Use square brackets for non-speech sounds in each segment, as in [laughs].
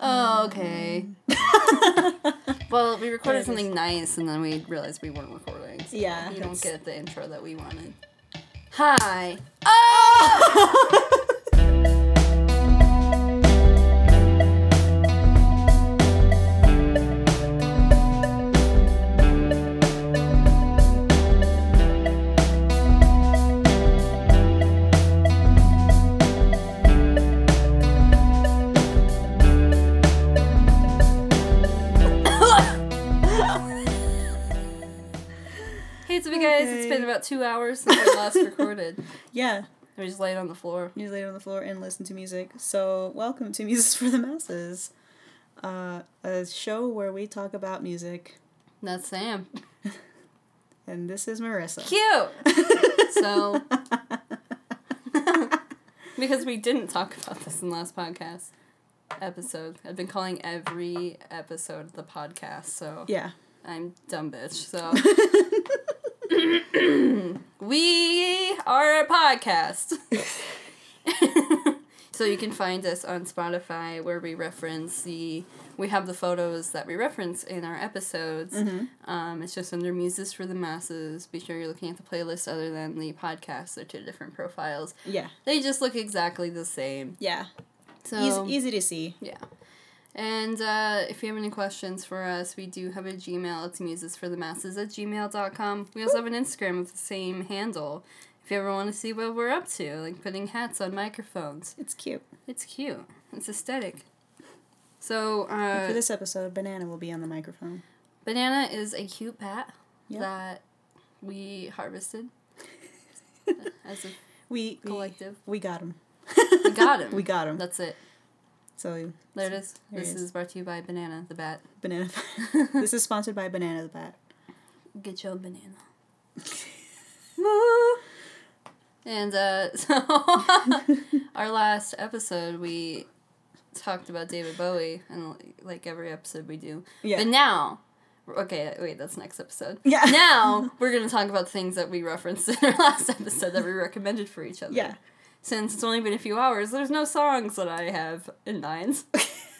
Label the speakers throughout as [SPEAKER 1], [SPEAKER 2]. [SPEAKER 1] Oh,
[SPEAKER 2] Mm. [laughs]
[SPEAKER 1] okay. well, we recorded something nice and then we realized we weren't recording. so
[SPEAKER 2] Yeah,
[SPEAKER 1] You don't
[SPEAKER 2] it's-
[SPEAKER 1] get the intro that we wanted. Hi. Oh! [laughs] hey, it's me, guys. It's been
[SPEAKER 2] Okay.
[SPEAKER 1] about two hours since we
[SPEAKER 2] [laughs]
[SPEAKER 1] last recorded.
[SPEAKER 2] Yeah,
[SPEAKER 1] We just laid on the floor.
[SPEAKER 2] you just lay on the floor and listen to music. So, welcome to Music for the Masses, uh, a show where we talk about music.
[SPEAKER 1] And That's Sam.
[SPEAKER 2] And this is Marissa. [laughs]
[SPEAKER 1] Cute! so. [laughs] because we didn't talk about this in the last podcast episode. I've been calling every episode the podcast, so.
[SPEAKER 2] Yeah,
[SPEAKER 1] I'm dumb bitch, so we are a podcast. [laughs] so you can find us on Spotify where we reference the we have the photos that we reference in our episodes. Um, it's just under Muses for the Masses. Be sure you're looking at the playlist other than the podcast. They're two different profiles.
[SPEAKER 2] yeah,
[SPEAKER 1] They just look exactly the same.
[SPEAKER 2] yeah.
[SPEAKER 1] So
[SPEAKER 2] Eas Easy, to see.
[SPEAKER 1] yeah. And uh, if you have any questions for us, we do have a Gmail. It's musesforthemasses at gmail.com. We also have an Instagram with the same handle. If you ever want to see what we're up to, like putting hats on microphones,
[SPEAKER 2] It's cute.
[SPEAKER 1] it's cute. It's aesthetic. So, uh,
[SPEAKER 2] For this episode, Banana will be on the microphone.
[SPEAKER 1] Banana is a cute bat
[SPEAKER 2] Yep.
[SPEAKER 1] that we
[SPEAKER 2] [laughs]
[SPEAKER 1] harvested as a
[SPEAKER 2] We we- [laughs]
[SPEAKER 1] collective.
[SPEAKER 2] We, got him.
[SPEAKER 1] We got him.
[SPEAKER 2] We got him.
[SPEAKER 1] That's it.
[SPEAKER 2] So,
[SPEAKER 1] There it is.
[SPEAKER 2] There it
[SPEAKER 1] this
[SPEAKER 2] is.
[SPEAKER 1] is brought to you by Banana the Bat.
[SPEAKER 2] Banana.
[SPEAKER 1] [laughs]
[SPEAKER 2] this is sponsored by Banana the Bat.
[SPEAKER 1] Get your banana. Woo! and uh, [laughs]
[SPEAKER 2] [laughs]
[SPEAKER 1] so, our last episode, we talked about David Bowie, and like every episode we do.
[SPEAKER 2] Yeah.
[SPEAKER 1] But now, okay, wait, that's next episode.
[SPEAKER 2] [laughs] Yeah. [laughs]
[SPEAKER 1] Now, we're going to talk about things that we referenced in our last episode that we recommended for each other.
[SPEAKER 2] Yeah.
[SPEAKER 1] Since it's only been a few hours, there's no songs that I have in
[SPEAKER 2] [laughs]
[SPEAKER 1] mind.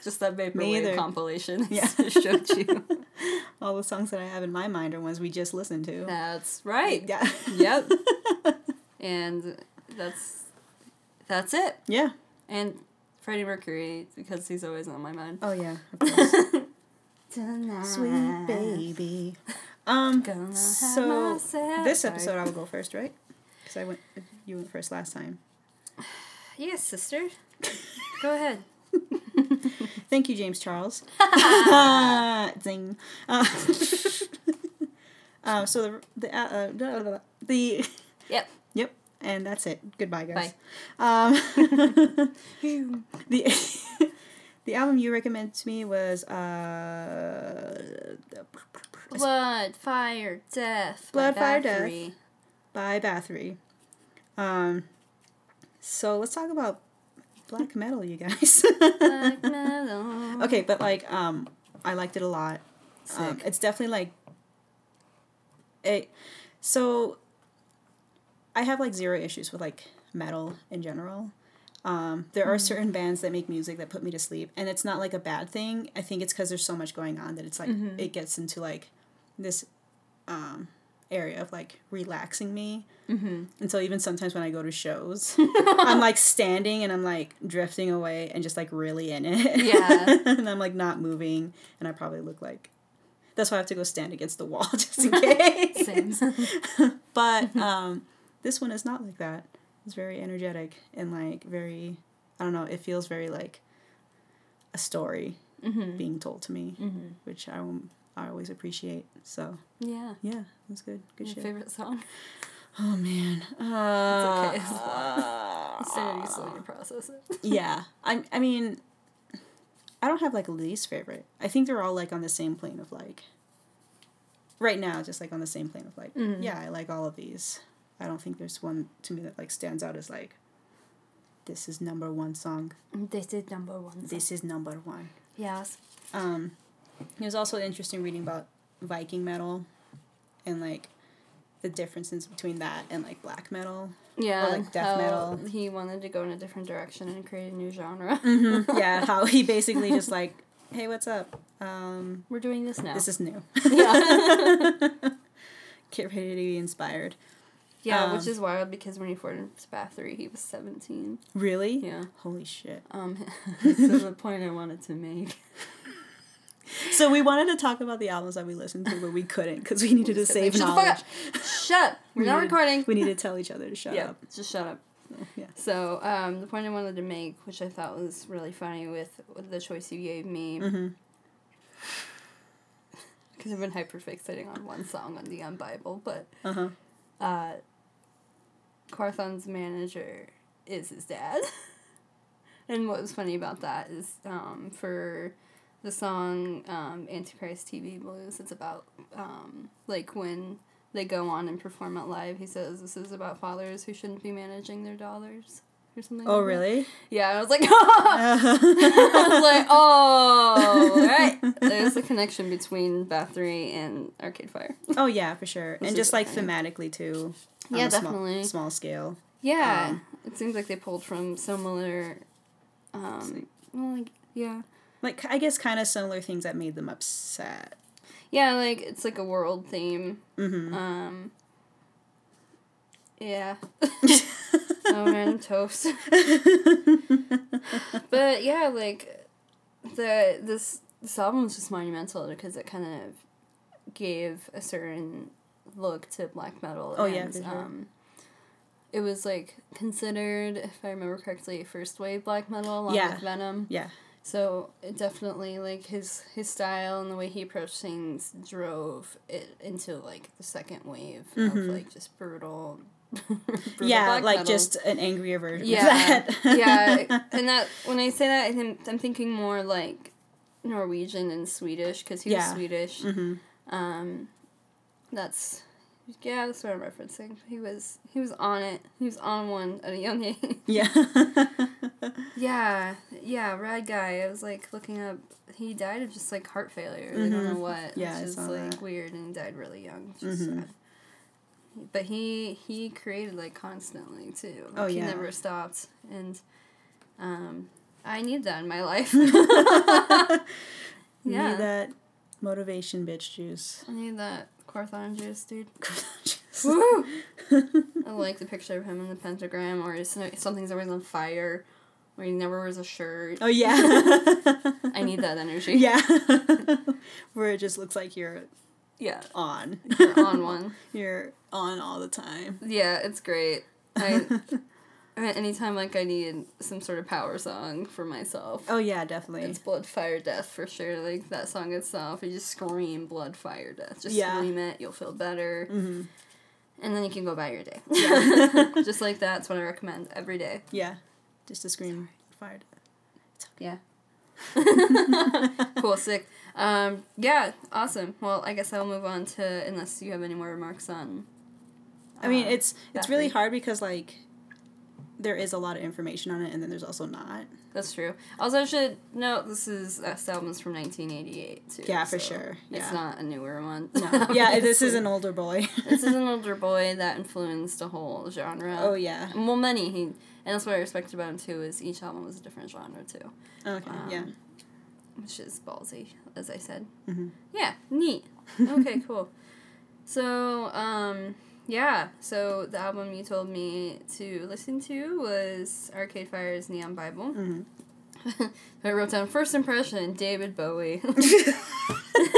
[SPEAKER 1] Just that vaporwave
[SPEAKER 2] either.
[SPEAKER 1] compilation [laughs] I
[SPEAKER 2] Yeah.
[SPEAKER 1] showed
[SPEAKER 2] [laughs]
[SPEAKER 1] you.
[SPEAKER 2] All the songs that I have in my mind are ones we just listened to.
[SPEAKER 1] That's right.
[SPEAKER 2] Yeah. [laughs]
[SPEAKER 1] Yep. and that's that's it.
[SPEAKER 2] yeah.
[SPEAKER 1] And Freddie Mercury because he's always on my mind.
[SPEAKER 2] Oh yeah. of course.
[SPEAKER 1] Tonight.
[SPEAKER 2] Sweet baby. Um.
[SPEAKER 1] Gonna have
[SPEAKER 2] So
[SPEAKER 1] myself-
[SPEAKER 2] this
[SPEAKER 1] Sorry.
[SPEAKER 2] episode, I
[SPEAKER 1] [laughs]
[SPEAKER 2] will go first, right? Because I went. You went first last time.
[SPEAKER 1] Yes,
[SPEAKER 2] [laughs]
[SPEAKER 1] sister. Go ahead.
[SPEAKER 2] Thank you, James
[SPEAKER 1] [laughs]
[SPEAKER 2] Charles. [laughs] Zing. Uh, [laughs] um, so the the uh, uh, blah, blah, blah, the
[SPEAKER 1] Yep.
[SPEAKER 2] [laughs] yep, and that's it. Goodbye, guys.
[SPEAKER 1] Bye. [laughs]
[SPEAKER 2] Um, [laughs] the [laughs] the album you recommended to me was uh,
[SPEAKER 1] Blood, fire, death. by
[SPEAKER 2] Blood, fire, death. [laughs]
[SPEAKER 1] Bathory.
[SPEAKER 2] by Bathory. Um, so let's talk about black metal, you guys. [laughs]
[SPEAKER 1] Black metal.
[SPEAKER 2] okay, but like, um, I liked it a lot. Um,
[SPEAKER 1] Sick.
[SPEAKER 2] it's definitely like it. So I have like zero issues with like metal in general. Um, there
[SPEAKER 1] Mm-hmm.
[SPEAKER 2] are certain bands that make music that put me to sleep, and it's not like a bad thing. I think it's because there's so much going on that it's like
[SPEAKER 1] Mm-hmm.
[SPEAKER 2] it gets into like this um, area of like relaxing me. Mm-hmm. And so even sometimes when I go
[SPEAKER 1] [laughs]
[SPEAKER 2] to shows, I'm like standing and I'm like drifting away and just like really in it.
[SPEAKER 1] Yeah.
[SPEAKER 2] [laughs] and I'm like not moving, and I probably look like. That's why I have to go stand against the wall [laughs] just
[SPEAKER 1] [laughs]
[SPEAKER 2] in case.
[SPEAKER 1] Same.
[SPEAKER 2] but um, this one is not like that. It's very energetic and like very, I don't know. It feels very like a story
[SPEAKER 1] Mm-hmm.
[SPEAKER 2] being told to me, which I will, I always appreciate. So
[SPEAKER 1] yeah.
[SPEAKER 2] yeah, it was good. Good
[SPEAKER 1] Your
[SPEAKER 2] shit. [laughs]
[SPEAKER 1] favorite song?
[SPEAKER 2] Oh man. Uh,
[SPEAKER 1] okay. [laughs] Instead of you
[SPEAKER 2] [laughs] Ah.
[SPEAKER 1] slowly process it.
[SPEAKER 2] yeah. I I mean, I don't have like a least favorite. I think they're all like on the same plane of like. Right now, just like on the same plane of like, yeah, I like all of these. I don't think there's one to me that like stands out as like. This is number one song.
[SPEAKER 1] This is number one.
[SPEAKER 2] This is number one.
[SPEAKER 1] Yes.
[SPEAKER 2] Um, it was also interesting reading about Viking metal, and like, the differences between that and like black metal.
[SPEAKER 1] Yeah,
[SPEAKER 2] like, death
[SPEAKER 1] how
[SPEAKER 2] metal. [laughs]
[SPEAKER 1] He wanted to go in a different direction and create a new genre.
[SPEAKER 2] yeah, how he basically just like hey, what's up? Um,
[SPEAKER 1] We're doing this now. [laughs]
[SPEAKER 2] This is new. [laughs] Get ready to be inspired.
[SPEAKER 1] yeah,
[SPEAKER 2] um,
[SPEAKER 1] which is wild because when he formed Spath 3, he was 17.
[SPEAKER 2] Really?
[SPEAKER 1] Yeah.
[SPEAKER 2] Holy shit.
[SPEAKER 1] Um, [laughs] this is the point I wanted to make.
[SPEAKER 2] So we wanted to talk about the albums that we listened to, but we couldn't because we needed to
[SPEAKER 1] Just like,
[SPEAKER 2] save
[SPEAKER 1] shut the
[SPEAKER 2] knowledge.
[SPEAKER 1] fuck up. Shut. We're not
[SPEAKER 2] needed-
[SPEAKER 1] recording.
[SPEAKER 2] We need to tell each other to shut
[SPEAKER 1] yeah,
[SPEAKER 2] up. Oh,
[SPEAKER 1] just shut up.
[SPEAKER 2] Yeah.
[SPEAKER 1] So, um, the point I wanted to make, which I thought was really funny with the choice you gave me, because
[SPEAKER 2] Mm-hmm.
[SPEAKER 1] I've been hyperfixating on one song on the Young Bible, but
[SPEAKER 2] Uh huh.
[SPEAKER 1] uh, Carthon's manager is his dad. [laughs] and what was funny about that is um, for the song um, Antichrist TV Blues, it's about um, like when they go on and perform it live, he says this is about fathers who shouldn't be managing their dollars. Or something
[SPEAKER 2] Oh,
[SPEAKER 1] like that.
[SPEAKER 2] really?
[SPEAKER 1] Yeah, I was like, [laughs] "Oh!" I was like, oh, all right. There's a connection between Bath 3 and Arcade Fire.
[SPEAKER 2] [laughs] oh, yeah, for sure.
[SPEAKER 1] is
[SPEAKER 2] And just like
[SPEAKER 1] okay.
[SPEAKER 2] thematically, too. on
[SPEAKER 1] Yeah,
[SPEAKER 2] a small-
[SPEAKER 1] definitely.
[SPEAKER 2] Small scale.
[SPEAKER 1] Yeah, it seems like they pulled from similar. Um, well, like yeah,
[SPEAKER 2] Like, I guess kind of similar things that made them upset.
[SPEAKER 1] yeah, like it's like a world theme.
[SPEAKER 2] Mm
[SPEAKER 1] Um,
[SPEAKER 2] [laughs]
[SPEAKER 1] yeah,
[SPEAKER 2] hmm.
[SPEAKER 1] oh man, toast. But yeah, like the this this album's just monumental because it kind of gave a certain look to black metal.
[SPEAKER 2] Oh, yeah, for sure.
[SPEAKER 1] um, it was like considered, if I remember correctly, first wave black metal along
[SPEAKER 2] Yeah.
[SPEAKER 1] with Venom.
[SPEAKER 2] yeah.
[SPEAKER 1] So it definitely like his his style and the way he approached things drove it into like the second wave of like just brutal. [laughs] brutal
[SPEAKER 2] Mm-hmm. Yeah,
[SPEAKER 1] black
[SPEAKER 2] like
[SPEAKER 1] metal.
[SPEAKER 2] just an angrier version
[SPEAKER 1] yeah,
[SPEAKER 2] of [laughs] that. [laughs]
[SPEAKER 1] yeah, and that when I say that, I'm, I'm thinking more like Norwegian and Swedish because he was
[SPEAKER 2] Yeah.
[SPEAKER 1] Swedish.
[SPEAKER 2] Mhm.
[SPEAKER 1] Um, that's yeah, that's what I'm referencing. He was he was on it. He was on one at a young [laughs] age.
[SPEAKER 2] Yeah.
[SPEAKER 1] Yeah, yeah, rad guy. I was like looking up. He died of just like heart failure. I don't know what.
[SPEAKER 2] Mm-hmm. Yeah, I
[SPEAKER 1] which is
[SPEAKER 2] saw
[SPEAKER 1] like
[SPEAKER 2] that. Mm-hmm.
[SPEAKER 1] weird, and he died really young. Which is sad. But he he created like constantly too. Like,
[SPEAKER 2] Oh,
[SPEAKER 1] He
[SPEAKER 2] yeah.
[SPEAKER 1] never stopped, and um, I need that in my life. [laughs]
[SPEAKER 2] [laughs] yeah.
[SPEAKER 1] yeah,
[SPEAKER 2] [laughs] Need that motivation bitch juice. [laughs]
[SPEAKER 1] I need that Carthon juice, dude.
[SPEAKER 2] Juice.
[SPEAKER 1] Woo!
[SPEAKER 2] [laughs]
[SPEAKER 1] I like the picture of him in the pentagram, or his- something's always on fire, or he never wears a
[SPEAKER 2] [laughs]
[SPEAKER 1] shirt. [laughs]
[SPEAKER 2] oh yeah.
[SPEAKER 1] I need that energy.
[SPEAKER 2] yeah. [laughs] Where it just looks like you're
[SPEAKER 1] yeah.
[SPEAKER 2] on.
[SPEAKER 1] You're on
[SPEAKER 2] [laughs]
[SPEAKER 1] one.
[SPEAKER 2] You're on all the time.
[SPEAKER 1] Yeah, it's great.
[SPEAKER 2] [laughs]
[SPEAKER 1] I I- anytime like I need some sort of power song for myself.
[SPEAKER 2] Oh yeah, definitely.
[SPEAKER 1] It's blood, fire, death for sure. Like that song itself, you just scream blood, fire, death. Just
[SPEAKER 2] Yeah.
[SPEAKER 1] scream it, you'll feel better,
[SPEAKER 2] hmm
[SPEAKER 1] and then you can go about your day.
[SPEAKER 2] [laughs] Yeah.
[SPEAKER 1] [laughs] just like that's what I recommend every day.
[SPEAKER 2] Yeah. Just a scream. Fired.
[SPEAKER 1] Yeah. [laughs] cool, sick. Um, yeah, awesome. Well, I guess I'll move on to unless you have any more remarks on.
[SPEAKER 2] I mean,
[SPEAKER 1] uh,
[SPEAKER 2] it's it's
[SPEAKER 1] that
[SPEAKER 2] really
[SPEAKER 1] thing.
[SPEAKER 2] hard because like there is a lot of information on it, and then there's also not.
[SPEAKER 1] That's true. Also, I should note this is this album's from nineteen eighty eight too.
[SPEAKER 2] Yeah, for
[SPEAKER 1] so
[SPEAKER 2] sure.
[SPEAKER 1] It's
[SPEAKER 2] Yeah.
[SPEAKER 1] not a newer one. [laughs]
[SPEAKER 2] No. [laughs] yeah, this
[SPEAKER 1] obviously.
[SPEAKER 2] is an older boy.
[SPEAKER 1] this is an older boy that influenced a whole genre.
[SPEAKER 2] [laughs] oh yeah.
[SPEAKER 1] Well, many he, and that's what I respect about him too. Is each album was a different genre too,
[SPEAKER 2] Okay.
[SPEAKER 1] Um,
[SPEAKER 2] yeah.
[SPEAKER 1] which is ballsy, as I said.
[SPEAKER 2] Mhm.
[SPEAKER 1] Yeah, neat. Okay, [laughs] cool. So, um, yeah. So the album you told me to listen to was Arcade Fire's Neon Bible. [laughs]
[SPEAKER 2] hmm
[SPEAKER 1] I wrote down first impression, David Bowie. [laughs]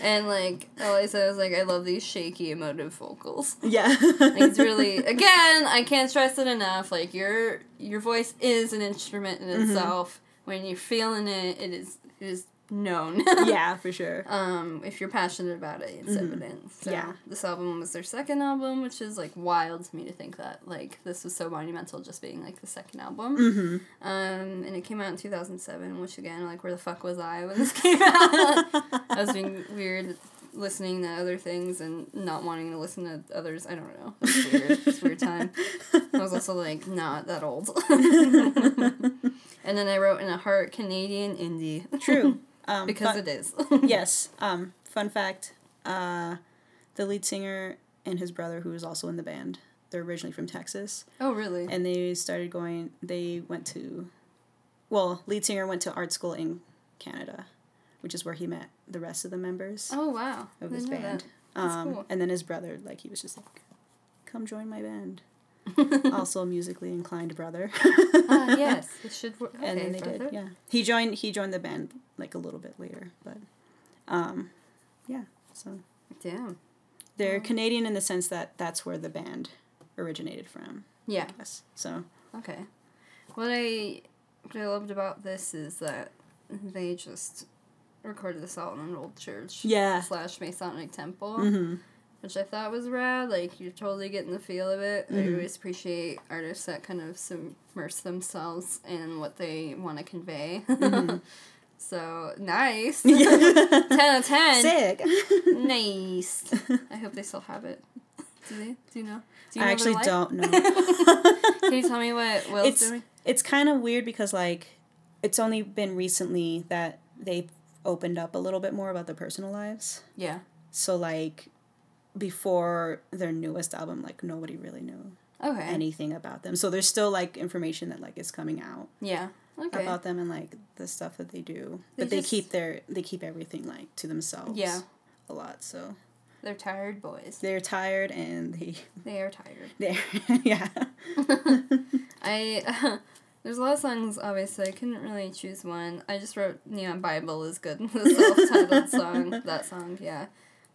[SPEAKER 1] and like Eliza was like, I love these shaky emotive vocals.
[SPEAKER 2] Yeah. [laughs]
[SPEAKER 1] Like, it's really again, I can't stress it enough. Like your your voice is an instrument in
[SPEAKER 2] Mm-hmm.
[SPEAKER 1] itself. When you're feeling it, it is it is known.
[SPEAKER 2] yeah, for sure.
[SPEAKER 1] [laughs] Um, if you're passionate about it, it's
[SPEAKER 2] Mhm.
[SPEAKER 1] evident. So
[SPEAKER 2] Yeah.
[SPEAKER 1] this album was their second album, which is like wild to me to think that like this was so monumental just being like the second album.
[SPEAKER 2] hmm
[SPEAKER 1] Um, and it came out in 2007, which again, like, where the fuck was I when this [laughs] came out? I was being weird listening to other things and not wanting to listen to others. I don't know. It's weird. it's a weird time. I was also like, not that old. and then I wrote in a heart Canadian
[SPEAKER 2] [laughs]
[SPEAKER 1] indie.
[SPEAKER 2] True.
[SPEAKER 1] [laughs]
[SPEAKER 2] Um,
[SPEAKER 1] because
[SPEAKER 2] fun-
[SPEAKER 1] it
[SPEAKER 2] [laughs]
[SPEAKER 1] is.
[SPEAKER 2] yes. Um, fun fact: uh, the lead singer and his brother, who is also in the band, they're originally from Texas,
[SPEAKER 1] oh, really?
[SPEAKER 2] and they started going. They went to, well, lead singer went to art school in Canada, which is where he met the rest of the members
[SPEAKER 1] Oh wow.
[SPEAKER 2] of
[SPEAKER 1] Didn't
[SPEAKER 2] his
[SPEAKER 1] know
[SPEAKER 2] band.
[SPEAKER 1] that. That's
[SPEAKER 2] Um,
[SPEAKER 1] cool.
[SPEAKER 2] And then his brother, like, he was just like, come join
[SPEAKER 1] [laughs]
[SPEAKER 2] my band. also, a musically inclined brother.
[SPEAKER 1] that. Ah, yes, it
[SPEAKER 2] [laughs]
[SPEAKER 1] should work. Okay,
[SPEAKER 2] and then they
[SPEAKER 1] brother.
[SPEAKER 2] did. Yeah, he joined. He joined the band like a little bit later, but um, yeah. So
[SPEAKER 1] Damn. Oh.
[SPEAKER 2] they're Canadian in the sense that that's where the band originated from.
[SPEAKER 1] Yeah.
[SPEAKER 2] Yes. So
[SPEAKER 1] Okay. What I what I loved about this is that they just recorded this all in an old church
[SPEAKER 2] yeah,
[SPEAKER 1] slash Masonic temple,
[SPEAKER 2] hmm
[SPEAKER 1] which I thought was rad. Like you're totally getting the feel of it.
[SPEAKER 2] Mm-hmm.
[SPEAKER 1] I always appreciate artists that kind of submerse themselves in what they want to convey.
[SPEAKER 2] Mm-hmm.
[SPEAKER 1] [laughs] so
[SPEAKER 2] [laughs]
[SPEAKER 1] nice. [laughs] ten out of ten.
[SPEAKER 2] sick. [laughs]
[SPEAKER 1] Nice. I hope they still have it. Do they? Do you know? Do you
[SPEAKER 2] I
[SPEAKER 1] know
[SPEAKER 2] actually
[SPEAKER 1] their life? [laughs]
[SPEAKER 2] don't know.
[SPEAKER 1] Can you tell me what Will's
[SPEAKER 2] It's-
[SPEAKER 1] doing?
[SPEAKER 2] it's kind of weird because like it's only been recently that they opened up a little bit more about their personal lives.
[SPEAKER 1] Yeah.
[SPEAKER 2] So like before their newest album, like nobody really knew
[SPEAKER 1] Okay.
[SPEAKER 2] anything about them. So there's still like information that like is coming out.
[SPEAKER 1] Yeah. Okay.
[SPEAKER 2] about them and like the stuff that they do.
[SPEAKER 1] They
[SPEAKER 2] but they
[SPEAKER 1] just-
[SPEAKER 2] keep their they keep everything like to themselves.
[SPEAKER 1] Yeah.
[SPEAKER 2] A lot. So
[SPEAKER 1] They're tired boys.
[SPEAKER 2] they're tired and they [laughs]
[SPEAKER 1] They are tired.
[SPEAKER 2] they're [laughs] yeah.
[SPEAKER 1] I [laughs] there's a lot of songs obviously I couldn't really choose one. I just wrote Neon Bible is good. [laughs] The self-titled song,
[SPEAKER 2] [laughs]
[SPEAKER 1] that song, yeah.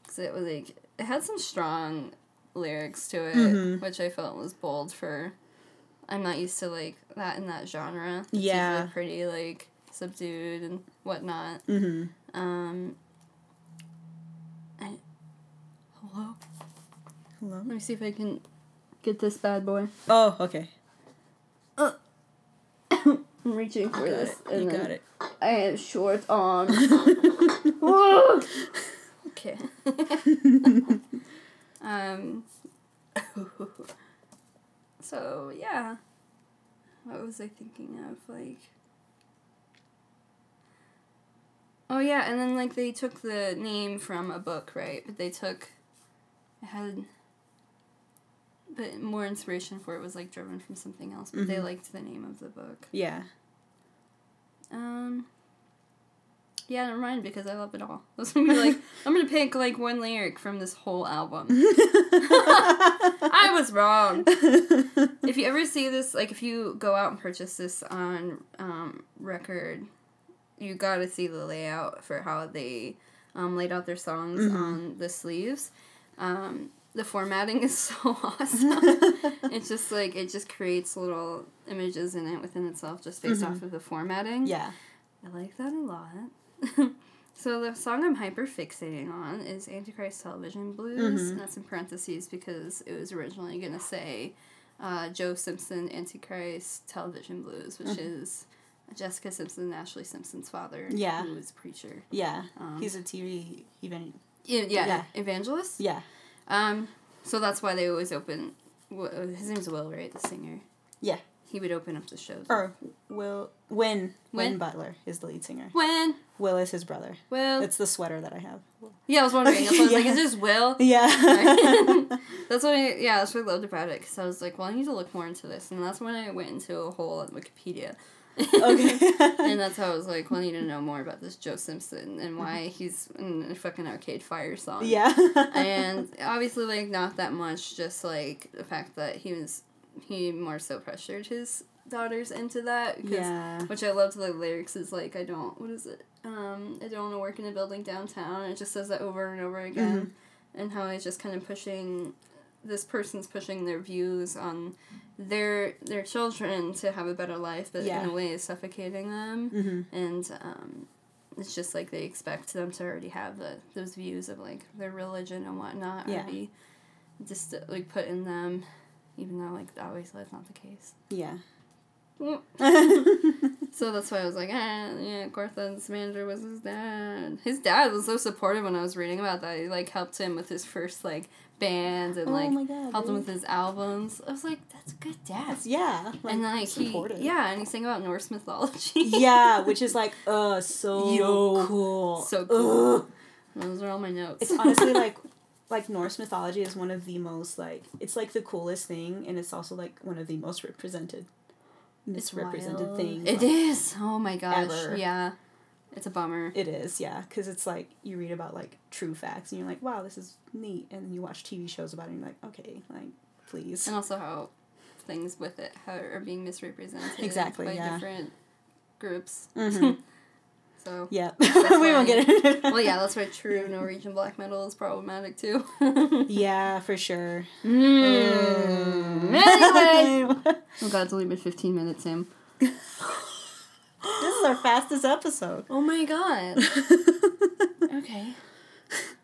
[SPEAKER 1] Cuz it was like it had some strong lyrics to it,
[SPEAKER 2] Mhm.
[SPEAKER 1] which I felt was bold for I'm not used to like that in that genre. It's
[SPEAKER 2] Yeah.
[SPEAKER 1] usually pretty like subdued and whatnot.
[SPEAKER 2] Mm-hmm.
[SPEAKER 1] Um I, Hello.
[SPEAKER 2] Hello.
[SPEAKER 1] Let me see if I can get this bad boy.
[SPEAKER 2] Oh, okay.
[SPEAKER 1] I'm reaching
[SPEAKER 2] You
[SPEAKER 1] for
[SPEAKER 2] got
[SPEAKER 1] this.
[SPEAKER 2] it. You got it.
[SPEAKER 1] I am short on. okay. um. so yeah, what was I thinking of? Like. Oh yeah, and then like they took the name from a book, right? But they took, it had. But more inspiration for it was like driven from something else. But they
[SPEAKER 2] Mhm.
[SPEAKER 1] liked the name of the book.
[SPEAKER 2] Yeah.
[SPEAKER 1] Um. Yeah, never mind because I love it all. I was gonna be like, I'm gonna pick like one lyric from this whole album. [laughs] I was wrong. If you ever see this, like if you go out and purchase this on um, record, you gotta see the layout for how they um, laid out their songs on the sleeves. Um, the formatting [laughs] is so awesome. it's just like it just creates little images in it within itself, just based off of the formatting.
[SPEAKER 2] yeah.
[SPEAKER 1] I like that a lot. [laughs] so the song I'm hyper fixating on is Antichrist Television Blues,
[SPEAKER 2] Mm-hmm.
[SPEAKER 1] and that's in parentheses because it was originally gonna say uh, Joe Simpson Antichrist Television Blues, which is Jessica Simpson and Ashley Simpson's father,
[SPEAKER 2] Mm-hmm. Yeah.
[SPEAKER 1] who was a preacher, Um,
[SPEAKER 2] Yeah. He's a TV even
[SPEAKER 1] yeah, yeah,
[SPEAKER 2] Yeah.
[SPEAKER 1] evangelist.
[SPEAKER 2] yeah.
[SPEAKER 1] Um, so that's why they always open. Wi- His name's Will, right? The singer.
[SPEAKER 2] Yeah.
[SPEAKER 1] He would open up the shows.
[SPEAKER 2] Or Will Win
[SPEAKER 1] Wynn?
[SPEAKER 2] Win Butler is the lead singer.
[SPEAKER 1] When
[SPEAKER 2] Will is his brother.
[SPEAKER 1] Will?
[SPEAKER 2] It's the sweater that I have.
[SPEAKER 1] yeah, I was wondering. That's why I was like,
[SPEAKER 2] [laughs] Yeah.
[SPEAKER 1] is this Will?
[SPEAKER 2] Yeah.
[SPEAKER 1] that's what I yeah that's what I loved about it because I was like well I need to look more into this and that's when I went into a hole on Wikipedia
[SPEAKER 2] [laughs] okay.
[SPEAKER 1] [laughs] and that's how I was like well I need to know more about this Joe Simpson and why he's in a fucking Arcade Fire song
[SPEAKER 2] Mm-hmm. yeah. [laughs]
[SPEAKER 1] and obviously like not that much just like the fact that he was he more so pressured his daughters into that 'cause-
[SPEAKER 2] yeah.
[SPEAKER 1] which I loved the lyrics is like I don't what is it um I don't want to work in a building downtown and it just says that over and over again
[SPEAKER 2] Mm-hmm.
[SPEAKER 1] and how it's just kind of pushing this person's pushing their views on their their children to have a better life but in
[SPEAKER 2] Yeah. Mm-hmm.
[SPEAKER 1] a way is suffocating them and um it's just like they expect them to already have the, those views of like their religion and whatnot
[SPEAKER 2] Yeah.
[SPEAKER 1] already just like put in them even though like obviously that's not the case [laughs]
[SPEAKER 2] Yeah. Oh
[SPEAKER 1] so that's why I was like, ah, yeah, Gorthan's manager was his dad. His dad was so supportive when I was reading about that. He like helped him with his first like band and
[SPEAKER 2] Oh
[SPEAKER 1] like
[SPEAKER 2] my God,
[SPEAKER 1] helped him
[SPEAKER 2] really?
[SPEAKER 1] with his albums. I was like, that's a good dad.
[SPEAKER 2] Yeah. Like,
[SPEAKER 1] and like
[SPEAKER 2] supportive.
[SPEAKER 1] he, yeah, and he sang about Norse mythology.
[SPEAKER 2] [laughs] yeah, which is like, uh, so
[SPEAKER 1] Yo.
[SPEAKER 2] cool.
[SPEAKER 1] So cool.
[SPEAKER 2] Ugh.
[SPEAKER 1] [laughs] those are all my notes.
[SPEAKER 2] It's
[SPEAKER 1] [laughs]
[SPEAKER 2] honestly [laughs] like, like Norse mythology is one of the most like, it's like the coolest thing, and it's also like one of the most represented, misrepresented
[SPEAKER 1] wild.
[SPEAKER 2] things.
[SPEAKER 1] It is. Oh my gosh.
[SPEAKER 2] Ever.
[SPEAKER 1] Yeah. It's a bummer.
[SPEAKER 2] It is, yeah, because it's like you read about like true facts and you're like, wow, this is neat, and you watch TV shows about it and you're like, okay, like please.
[SPEAKER 1] and also how things with it how are being misrepresented
[SPEAKER 2] Exactly,
[SPEAKER 1] by
[SPEAKER 2] yeah.
[SPEAKER 1] different groups.
[SPEAKER 2] [laughs]
[SPEAKER 1] so
[SPEAKER 2] Yeah, Mm-hmm.
[SPEAKER 1] [laughs]
[SPEAKER 2] we won't get it.
[SPEAKER 1] well, yeah, that's why true Norwegian black metal is problematic too. Hmm.
[SPEAKER 2] yeah, for sure.
[SPEAKER 1] [laughs]
[SPEAKER 2] [laughs]
[SPEAKER 1] anyway, oh god, it's only been fifteen minutes, Sam.
[SPEAKER 2] this is our fastest episode.
[SPEAKER 1] Oh my [laughs] god. okay.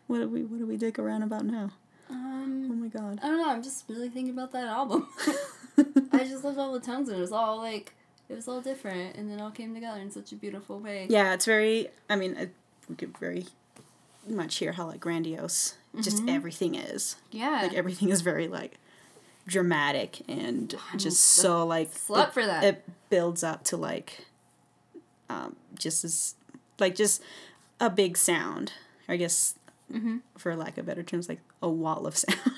[SPEAKER 2] What do we What do we dick around about now? Oh
[SPEAKER 1] Um,
[SPEAKER 2] my god.
[SPEAKER 1] I don't know. I'm just really thinking about that [laughs] album. I just loved all the tongues, and it was all like it was all different, and it all came together in such a beautiful way.
[SPEAKER 2] yeah, it's very. I mean, it, we could very much hear how like grandiose just everything is.
[SPEAKER 1] Mm-hmm. Yeah.
[SPEAKER 2] Like everything is very like dramatic and just so like
[SPEAKER 1] slut
[SPEAKER 2] it-
[SPEAKER 1] for that.
[SPEAKER 2] It builds up to like um just as like just a big sound. I guess
[SPEAKER 1] Mm-hmm.
[SPEAKER 2] for lack of better terms, like a wall of sound.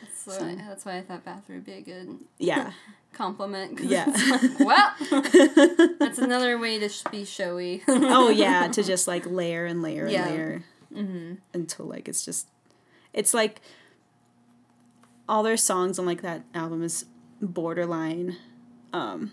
[SPEAKER 2] [laughs]
[SPEAKER 1] so I- that's why I thought bathroom would be a good [laughs]
[SPEAKER 2] yeah.
[SPEAKER 1] compliment. [laughs] 'cause
[SPEAKER 2] Yeah. [laughs]
[SPEAKER 1] it's like, well, that's another way to sh- be showy. [laughs]
[SPEAKER 2] oh yeah, to just like layer and layer and
[SPEAKER 1] Yeah.
[SPEAKER 2] layer
[SPEAKER 1] Mm-hmm,
[SPEAKER 2] until like it's just it's like all their songs on like that album is borderline um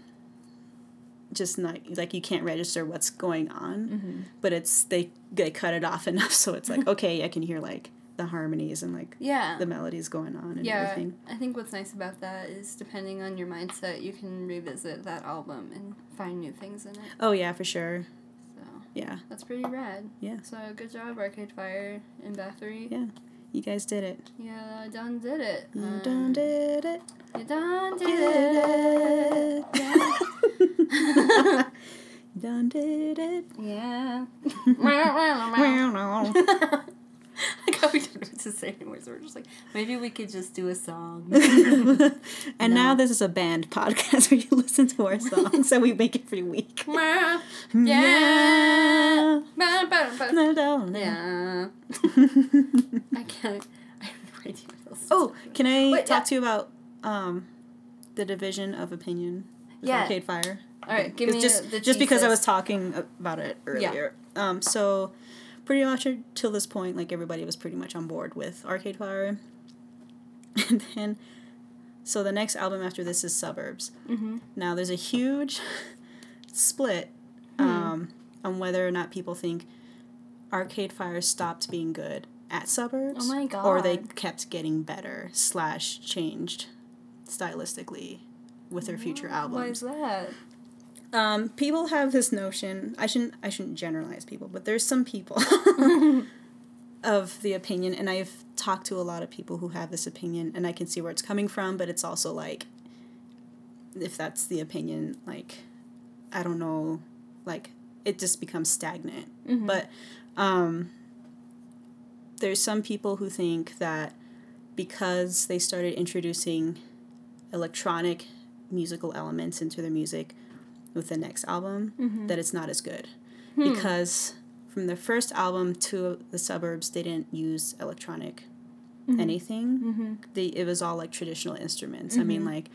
[SPEAKER 2] just not like you can't register what's going on
[SPEAKER 1] mm-hmm. Mm.
[SPEAKER 2] but it's they they cut it off [laughs] enough so
[SPEAKER 1] [laughs]
[SPEAKER 2] it's like okay i can hear like the harmonies and like
[SPEAKER 1] yeah.
[SPEAKER 2] the melodies going on and
[SPEAKER 1] yeah.
[SPEAKER 2] everything
[SPEAKER 1] I think what's nice about that is depending on your mindset, you can revisit that album and find new things in it.
[SPEAKER 2] oh yeah for sure
[SPEAKER 1] So
[SPEAKER 2] yeah
[SPEAKER 1] that's pretty rad.
[SPEAKER 2] Yeah.
[SPEAKER 1] So good job, Arcade Fire and Bathory.
[SPEAKER 2] yeah you guys did it
[SPEAKER 1] Yeah, I done did it.
[SPEAKER 2] you
[SPEAKER 1] Um,
[SPEAKER 2] done did it
[SPEAKER 1] You [laughs] done did it.
[SPEAKER 2] did it. [laughs] Done did it.
[SPEAKER 1] [laughs]
[SPEAKER 2] [laughs]
[SPEAKER 1] Yeah. I
[SPEAKER 2] Wow.
[SPEAKER 1] got we don't know what to say anymore, so we're just like, maybe we could just do a song.
[SPEAKER 2] [laughs] and now this is a band podcast [laughs] where you listen to our songs that we make every
[SPEAKER 1] [laughs]
[SPEAKER 2] week.
[SPEAKER 1] yeah. Ba- ba- ba-
[SPEAKER 2] Yeah.
[SPEAKER 1] Yeah. I can't. I have no idea what else.
[SPEAKER 2] [laughs] Oh, can I
[SPEAKER 1] Wait,
[SPEAKER 2] talk
[SPEAKER 1] yeah.
[SPEAKER 2] to you about um, the division of opinion with
[SPEAKER 1] Yeah.
[SPEAKER 2] Arcade Fire?
[SPEAKER 1] All right, give
[SPEAKER 2] 'Cause
[SPEAKER 1] me
[SPEAKER 2] just
[SPEAKER 1] the
[SPEAKER 2] just because I was
[SPEAKER 1] thesis.
[SPEAKER 2] talking about it
[SPEAKER 1] Yeah.
[SPEAKER 2] earlier. Um, so pretty much till this point, like everybody was pretty much on board with Arcade Fire, [laughs] and then so the next album after this is Suburbs.
[SPEAKER 1] Mm-hmm.
[SPEAKER 2] Now there's a huge [laughs] split
[SPEAKER 1] Hmm.
[SPEAKER 2] um, on whether or not people think Arcade Fire stopped being good at Suburbs,
[SPEAKER 1] Oh my
[SPEAKER 2] or they
[SPEAKER 1] God.
[SPEAKER 2] kept getting better slash changed stylistically with their future albums
[SPEAKER 1] Why is that?
[SPEAKER 2] um, people have this notion. I shouldn't. I shouldn't generalize people, but there's some people [laughs] of the opinion, and I've talked to a lot of people who have this opinion, and I can see where it's coming from. But it's also like, if that's the opinion, like, I don't know, like it just becomes stagnant. But um, there's some people who think that because they started introducing electronic musical elements into their music with the next album that it's not as good because from the first album to the suburbs they didn't use electronic anything they, it was all like traditional instruments i mean like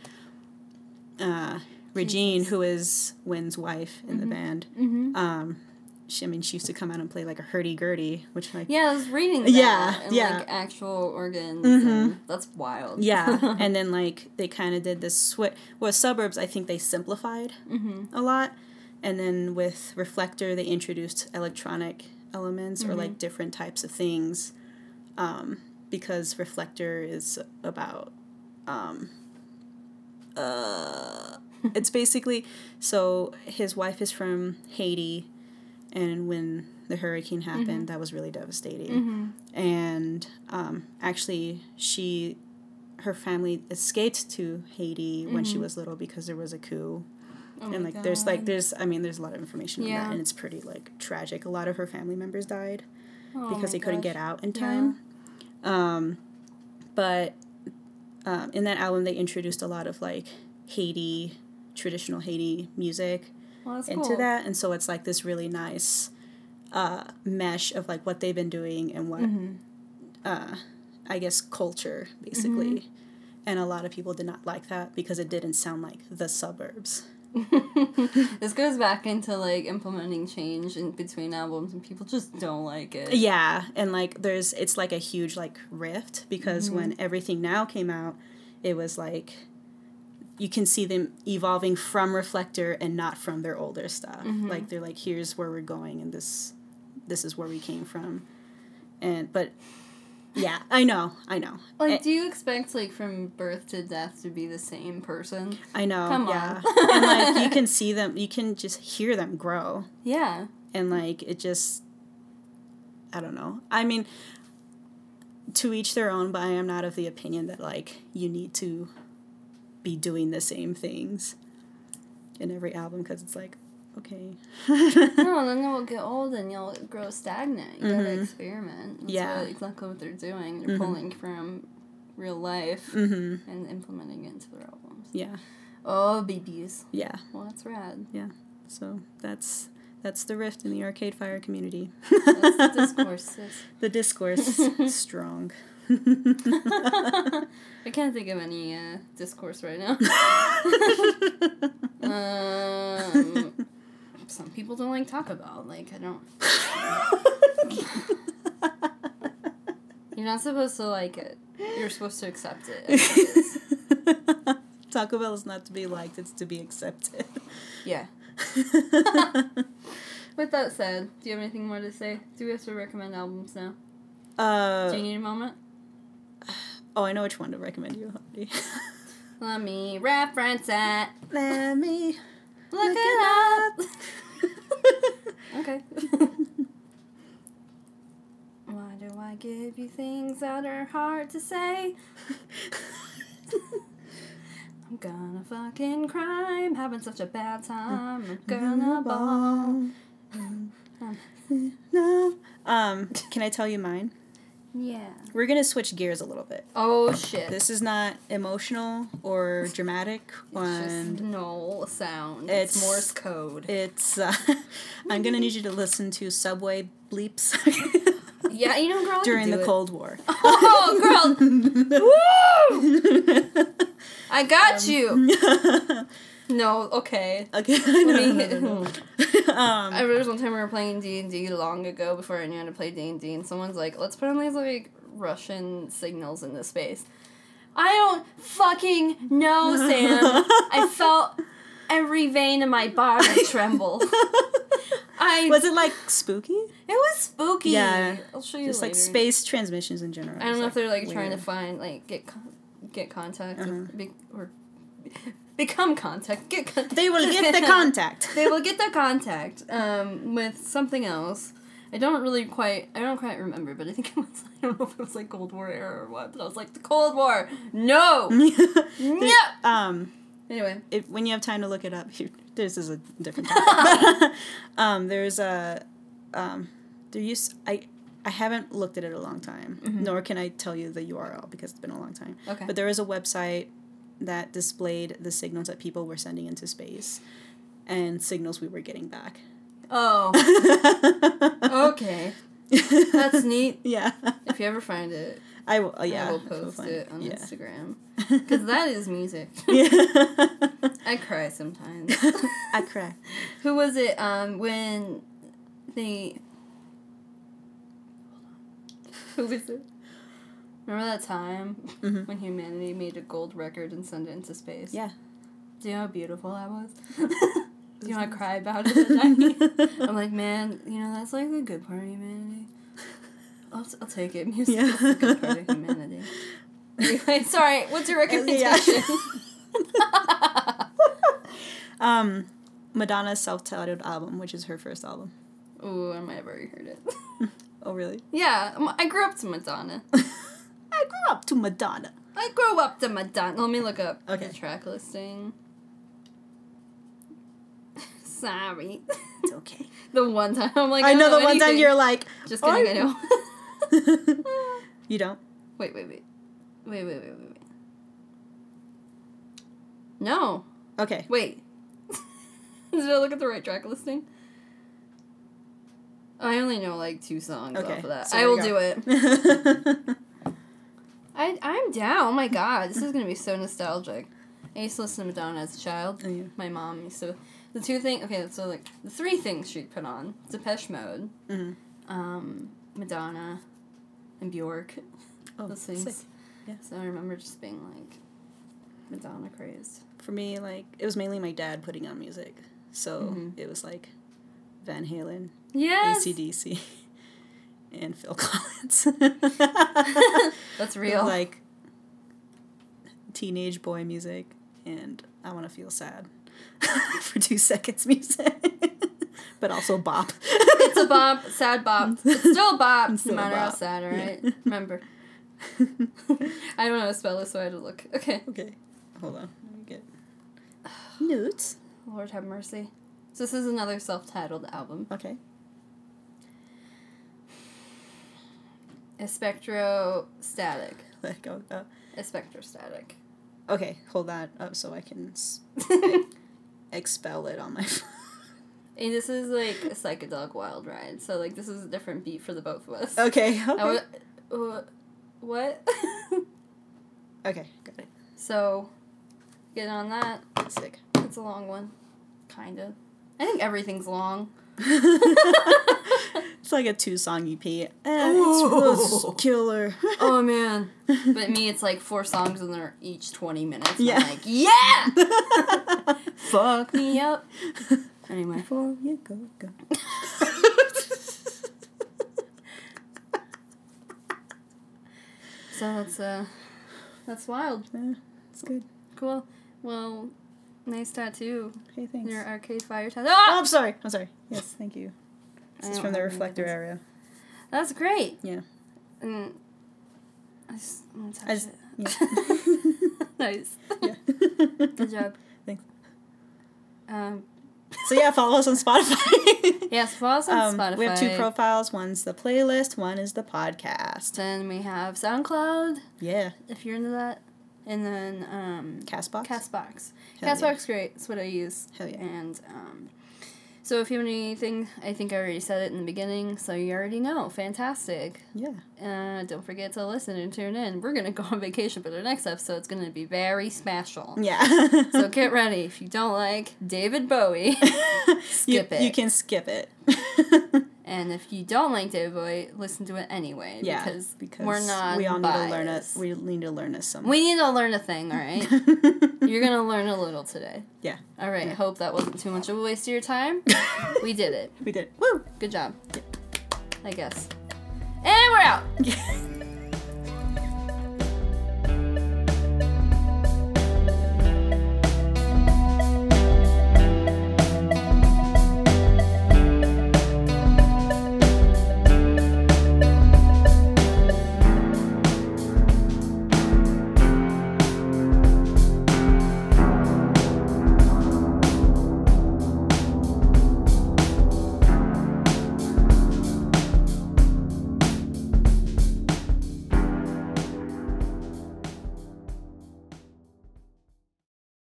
[SPEAKER 2] uh, regine who is wynn's wife in the band um, she, i mean she used to come out and play like a hurdy-gurdy which like
[SPEAKER 1] Yeah, I was reading. That
[SPEAKER 2] Yeah,
[SPEAKER 1] and,
[SPEAKER 2] yeah. Mm-hmm.
[SPEAKER 1] Like actual organs. And that's wild. [laughs]
[SPEAKER 2] Yeah, and then like they kind of did this switch. Well, suburbs, I think they simplified a lot, and then with Reflector, they introduced electronic elements or like different types of things, um, because Reflector is about, um, uh, it's basically so his wife is from Haiti, and when the hurricane happened, that was really devastating.
[SPEAKER 1] Mm-hmm.
[SPEAKER 2] [laughs] And um, actually, she her family escaped to Haiti when she was little because there was a coup.
[SPEAKER 1] Mm-hmm. Oh my
[SPEAKER 2] and like there's like
[SPEAKER 1] God.
[SPEAKER 2] there's I mean there's a lot of information on
[SPEAKER 1] Yeah.
[SPEAKER 2] that and it's pretty like tragic. A lot of her family members died
[SPEAKER 1] Oh
[SPEAKER 2] because
[SPEAKER 1] my
[SPEAKER 2] they couldn't
[SPEAKER 1] gosh.
[SPEAKER 2] get out in
[SPEAKER 1] Yeah.
[SPEAKER 2] time. Um, but um, in that album, they introduced a lot of like Haiti, traditional Haiti music
[SPEAKER 1] Well, that's
[SPEAKER 2] into
[SPEAKER 1] cool.
[SPEAKER 2] that, and so it's like this really nice uh, mesh of like what they've been doing and what uh, I guess culture basically. And a lot of people did not like that because it didn't sound like the suburbs.
[SPEAKER 1] this goes back into like implementing change in between albums, and people just don't like it.
[SPEAKER 2] Yeah, and like there's it's like a huge like rift because
[SPEAKER 1] Mm-hmm.
[SPEAKER 2] when everything now came out, it was like you can see them evolving from Reflector and not from their older stuff.
[SPEAKER 1] Mm-hmm.
[SPEAKER 2] Like they're like here's where we're going and this this is where we came from. And but yeah, I know. I know.
[SPEAKER 1] Like, do you expect like from birth to death to be the same person?
[SPEAKER 2] I know.
[SPEAKER 1] Come
[SPEAKER 2] yeah.
[SPEAKER 1] on.
[SPEAKER 2] and
[SPEAKER 1] [laughs]
[SPEAKER 2] like you can see them, you can just hear them grow.
[SPEAKER 1] Yeah.
[SPEAKER 2] And like it just I don't know. I mean to each their own, but I am not of the opinion that like you need to be doing the same things in every album because it's like okay.
[SPEAKER 1] [laughs] No, then you'll get old and you'll grow stagnant. You gotta experiment. That's
[SPEAKER 2] Yeah.
[SPEAKER 1] what- exactly what they're doing. They're pulling from real life and implementing it into their albums.
[SPEAKER 2] yeah.
[SPEAKER 1] Oh, babies.
[SPEAKER 2] Yeah.
[SPEAKER 1] Well, that's rad.
[SPEAKER 2] Yeah. So that's that's the rift in the Arcade Fire community.
[SPEAKER 1] That's the discourse. sis.
[SPEAKER 2] the discourse strong.
[SPEAKER 1] I can't think of any uh, discourse right [laughs] now. um, some people don't like talk about. Like, I don't. You're not supposed to like it. You're supposed to accept it. as it is.
[SPEAKER 2] Taco Bell is not to be liked, it's to be accepted.
[SPEAKER 1] [laughs] Yeah. With that said, do you have anything more to say? Do we have to recommend albums now? Do
[SPEAKER 2] Uh,
[SPEAKER 1] you need a moment?
[SPEAKER 2] oh, I know which one to recommend you, honey.
[SPEAKER 1] Let me reference it.
[SPEAKER 2] Let [laughs] me.
[SPEAKER 1] Look it up. okay. [laughs] Why do I give you things that are hard to [laughs] say? I'm gonna fucking cry. I'm having such a bad time. I'm gonna bawl.
[SPEAKER 2] No. Um, can I tell you mine?
[SPEAKER 1] Yeah.
[SPEAKER 2] We're gonna switch gears a little bit.
[SPEAKER 1] Oh shit.
[SPEAKER 2] This is not emotional or dramatic,
[SPEAKER 1] [laughs] It's
[SPEAKER 2] and
[SPEAKER 1] just no sound.
[SPEAKER 2] It's-
[SPEAKER 1] it's Morse code.
[SPEAKER 2] it's.
[SPEAKER 1] [laughs]
[SPEAKER 2] Uh, I'm gonna need you to listen to Subway
[SPEAKER 1] [laughs]
[SPEAKER 2] bleeps
[SPEAKER 1] yeah, you know, girl. I can
[SPEAKER 2] during
[SPEAKER 1] do
[SPEAKER 2] the
[SPEAKER 1] [laughs] it.
[SPEAKER 2] Cold War. [laughs]
[SPEAKER 1] Oh, girl, I got you. No, [laughs] okay.
[SPEAKER 2] okay, I know.
[SPEAKER 1] Let me- [laughs]
[SPEAKER 2] [laughs] um,
[SPEAKER 1] I remember one time we were playing D and D long ago before I knew how to play D and D, and someone's like, "Let's put on these like Russian signals in this space." I don't fucking know, Sam.
[SPEAKER 2] [laughs]
[SPEAKER 1] I felt every vein in my body
[SPEAKER 2] [laughs]
[SPEAKER 1] tremble. I
[SPEAKER 2] was it like spooky?
[SPEAKER 1] it was spooky.
[SPEAKER 2] Yeah.
[SPEAKER 1] I'll show you
[SPEAKER 2] Just like
[SPEAKER 1] later.
[SPEAKER 2] space transmissions in general.
[SPEAKER 1] I don't
[SPEAKER 2] is,
[SPEAKER 1] know if they're like trying to
[SPEAKER 2] weird.
[SPEAKER 1] find like get con- get contact with-
[SPEAKER 2] Uh-huh.
[SPEAKER 1] be- or become contact. Get con-
[SPEAKER 2] They will get
[SPEAKER 1] [laughs]
[SPEAKER 2] the contact.
[SPEAKER 1] they will get the contact um, with something else. I don't really quite I don't quite remember, but I think it was [laughs] I don't know if it was like Cold War era or what, but I was like the Cold War. No.
[SPEAKER 2] [laughs]
[SPEAKER 1] [laughs]
[SPEAKER 2] They-
[SPEAKER 1] No.
[SPEAKER 2] Um,
[SPEAKER 1] Anyway,
[SPEAKER 2] if, when you have time to look it up, [laughs] you, this is a
[SPEAKER 1] [laughs]
[SPEAKER 2] different topic. [laughs] um, there's a, um, there used I, I haven't looked at it a long time, nor can I tell you the URL because it's been a long time.
[SPEAKER 1] Mm-hmm. Okay.
[SPEAKER 2] But there was a website that displayed the signals that people were sending into space, and signals we were getting back. [laughs]
[SPEAKER 1] oh, okay. That's neat.
[SPEAKER 2] yeah.
[SPEAKER 1] If you ever find it,
[SPEAKER 2] I will. Uh, yeah.
[SPEAKER 1] I will
[SPEAKER 2] if we'll
[SPEAKER 1] post
[SPEAKER 2] find
[SPEAKER 1] it on
[SPEAKER 2] Yeah.
[SPEAKER 1] Instagram. 'Cause Instagram. Cuz that is music.
[SPEAKER 2] [laughs] Yeah.
[SPEAKER 1] I cry
[SPEAKER 2] [laughs]
[SPEAKER 1] sometimes.
[SPEAKER 2] I cry.
[SPEAKER 1] Who was it? Um, when they. Who was it? Remember that time when humanity made a gold record and sent it into space?
[SPEAKER 2] Mm-hmm. Yeah.
[SPEAKER 1] Do you know how beautiful that
[SPEAKER 2] [laughs]
[SPEAKER 1] was? Do you know how I cry about it [laughs] at night? I'm like, man, you know that's like the good part of
[SPEAKER 2] [laughs]
[SPEAKER 1] humanity. I'll, I'll take it. Music
[SPEAKER 2] Yeah.
[SPEAKER 1] is the good part of humanity. Anyway,
[SPEAKER 2] [laughs]
[SPEAKER 1] sorry. What's your recommendation? [laughs]
[SPEAKER 2] um, Madonna's self-titled album, which is her first album.
[SPEAKER 1] Ooh, I might have already heard it.
[SPEAKER 2] Oh, really? [laughs]
[SPEAKER 1] yeah, um, I grew up to Madonna.
[SPEAKER 2] I grew up to Madonna.
[SPEAKER 1] I grew up to Madonna. Let me look up
[SPEAKER 2] Okay.
[SPEAKER 1] the track listing. [laughs] Sorry. [laughs]
[SPEAKER 2] It's okay.
[SPEAKER 1] the one time I'm like, "Oh,
[SPEAKER 2] I know the one time
[SPEAKER 1] anything.
[SPEAKER 2] you're
[SPEAKER 1] [laughs]
[SPEAKER 2] like,
[SPEAKER 1] Just kidding, I know.
[SPEAKER 2] [laughs]
[SPEAKER 1] [laughs]
[SPEAKER 2] know. you don't?
[SPEAKER 1] wait, wait, wait. Wait, wait, wait, wait, wait. No.
[SPEAKER 2] Okay.
[SPEAKER 1] Wait. [laughs] Did I look at the right track listing? I only know like two songs off
[SPEAKER 2] Okay.
[SPEAKER 1] of that.
[SPEAKER 2] so
[SPEAKER 1] I
[SPEAKER 2] there
[SPEAKER 1] will
[SPEAKER 2] you
[SPEAKER 1] do
[SPEAKER 2] go.
[SPEAKER 1] it. I I'm down. Oh my god, this is gonna be so nostalgic. I used to listen to Madonna as a child.
[SPEAKER 2] [laughs] Oh, yeah.
[SPEAKER 1] My mom used to. The two thing okay, so like the three things she'd put on: Depeche Mode,
[SPEAKER 2] Mhm.
[SPEAKER 1] um, Madonna, and Bjork.
[SPEAKER 2] Oh,
[SPEAKER 1] Those things.
[SPEAKER 2] sick. Yeah.
[SPEAKER 1] So I remember just being like Madonna crazed.
[SPEAKER 2] For me, like it was mainly my dad putting on music, so it was like Van Halen,
[SPEAKER 1] Mm-hmm. Yes,
[SPEAKER 2] [laughs] ACDC, and Phil Collins.
[SPEAKER 1] [laughs]
[SPEAKER 2] [laughs]
[SPEAKER 1] that's real.
[SPEAKER 2] Like teenage boy music and I want to feel sad [laughs] for two seconds music, [laughs] but also bop.
[SPEAKER 1] it's a bop, sad
[SPEAKER 2] [laughs]
[SPEAKER 1] bop. It's still a bop,
[SPEAKER 2] It's still a
[SPEAKER 1] no matter how
[SPEAKER 2] bop.
[SPEAKER 1] sad, all
[SPEAKER 2] Yeah.
[SPEAKER 1] right?
[SPEAKER 2] [laughs]
[SPEAKER 1] Remember. [laughs] I don't know how to spell this, so I had to look. Okay.
[SPEAKER 2] okay, hold on. Let me get notes.
[SPEAKER 1] Lord have mercy. So this is another self-titled album.
[SPEAKER 2] Okay. [laughs]
[SPEAKER 1] Espectrostatic.
[SPEAKER 2] Let go. Uh,
[SPEAKER 1] Espectrostatic. [laughs]
[SPEAKER 2] okay, hold that up so I can s- expel it on my [laughs] phone.
[SPEAKER 1] and this is like a psychedelic wild ride. So like this is a different beat for the both of us.
[SPEAKER 2] Okay. Okay.
[SPEAKER 1] I wa- uh, what? [laughs]
[SPEAKER 2] okay. Got it.
[SPEAKER 1] so get on that.
[SPEAKER 2] Sick. [laughs]
[SPEAKER 1] It's a long one. Kind of. I think everything's long. [laughs]
[SPEAKER 2] it's like a two-song EP. Eh, it's,
[SPEAKER 1] Ooh.
[SPEAKER 2] it's killer. [laughs]
[SPEAKER 1] Oh man. But me, it's like four songs and they're each 20 minutes. and
[SPEAKER 2] Yeah.
[SPEAKER 1] I'm like, yeah!
[SPEAKER 2] [laughs] Fuck
[SPEAKER 1] me
[SPEAKER 2] [laughs]
[SPEAKER 1] up. Anyway.
[SPEAKER 2] Before you go, go.
[SPEAKER 1] So that's, uh, that's wild.
[SPEAKER 2] Eh, it's good.
[SPEAKER 1] Cool. Well, nice tattoo.
[SPEAKER 2] Hey, thanks.
[SPEAKER 1] Your arcade fire tattoo.
[SPEAKER 2] Oh,
[SPEAKER 1] Ah!
[SPEAKER 2] I'm sorry. I'm sorry. Yes, thank you. This is
[SPEAKER 1] don't
[SPEAKER 2] from the
[SPEAKER 1] have any
[SPEAKER 2] reflector
[SPEAKER 1] others.
[SPEAKER 2] area.
[SPEAKER 1] That's great.
[SPEAKER 2] Yeah.
[SPEAKER 1] And I just want to touch
[SPEAKER 2] I just.
[SPEAKER 1] it. [laughs]
[SPEAKER 2] Yeah.
[SPEAKER 1] nice.
[SPEAKER 2] [laughs] yeah.
[SPEAKER 1] Good job.
[SPEAKER 2] Thanks.
[SPEAKER 1] Um,
[SPEAKER 2] [laughs] So yeah, follow us on Spotify.
[SPEAKER 1] yes, follow us on
[SPEAKER 2] um,
[SPEAKER 1] Spotify.
[SPEAKER 2] We have two profiles. One's the playlist. One is the podcast.
[SPEAKER 1] Then we have SoundCloud,
[SPEAKER 2] Yeah.
[SPEAKER 1] if you're into that. And then um,
[SPEAKER 2] Castbox.
[SPEAKER 1] Castbox.
[SPEAKER 2] Hell yeah.
[SPEAKER 1] Castbox is great. It's what I use.
[SPEAKER 2] Hell yeah.
[SPEAKER 1] And um, so if you have anything, I think I already said it in the beginning, so you already know. Fantastic.
[SPEAKER 2] Yeah.
[SPEAKER 1] Uh, don't forget to listen and tune in. We're going to go on vacation, but our next episode's going to be very special.
[SPEAKER 2] [laughs] Yeah.
[SPEAKER 1] So get ready. If you don't like David Bowie, [laughs] skip
[SPEAKER 2] you,
[SPEAKER 1] it.
[SPEAKER 2] You can skip it. [laughs]
[SPEAKER 1] and if you don't like David Bowie, listen to it anyway.
[SPEAKER 2] yeah.
[SPEAKER 1] Because, we're not.
[SPEAKER 2] We all need to learn it.
[SPEAKER 1] biased.
[SPEAKER 2] We need to learn us some.
[SPEAKER 1] We need to learn a thing, all right? You're going to learn a little today.
[SPEAKER 2] [laughs] yeah. [laughs]
[SPEAKER 1] All right. Hope that wasn't too much of a waste of your time. we did it.
[SPEAKER 2] [laughs] We did. It. Woo.
[SPEAKER 1] Good job. I guess. And we're out.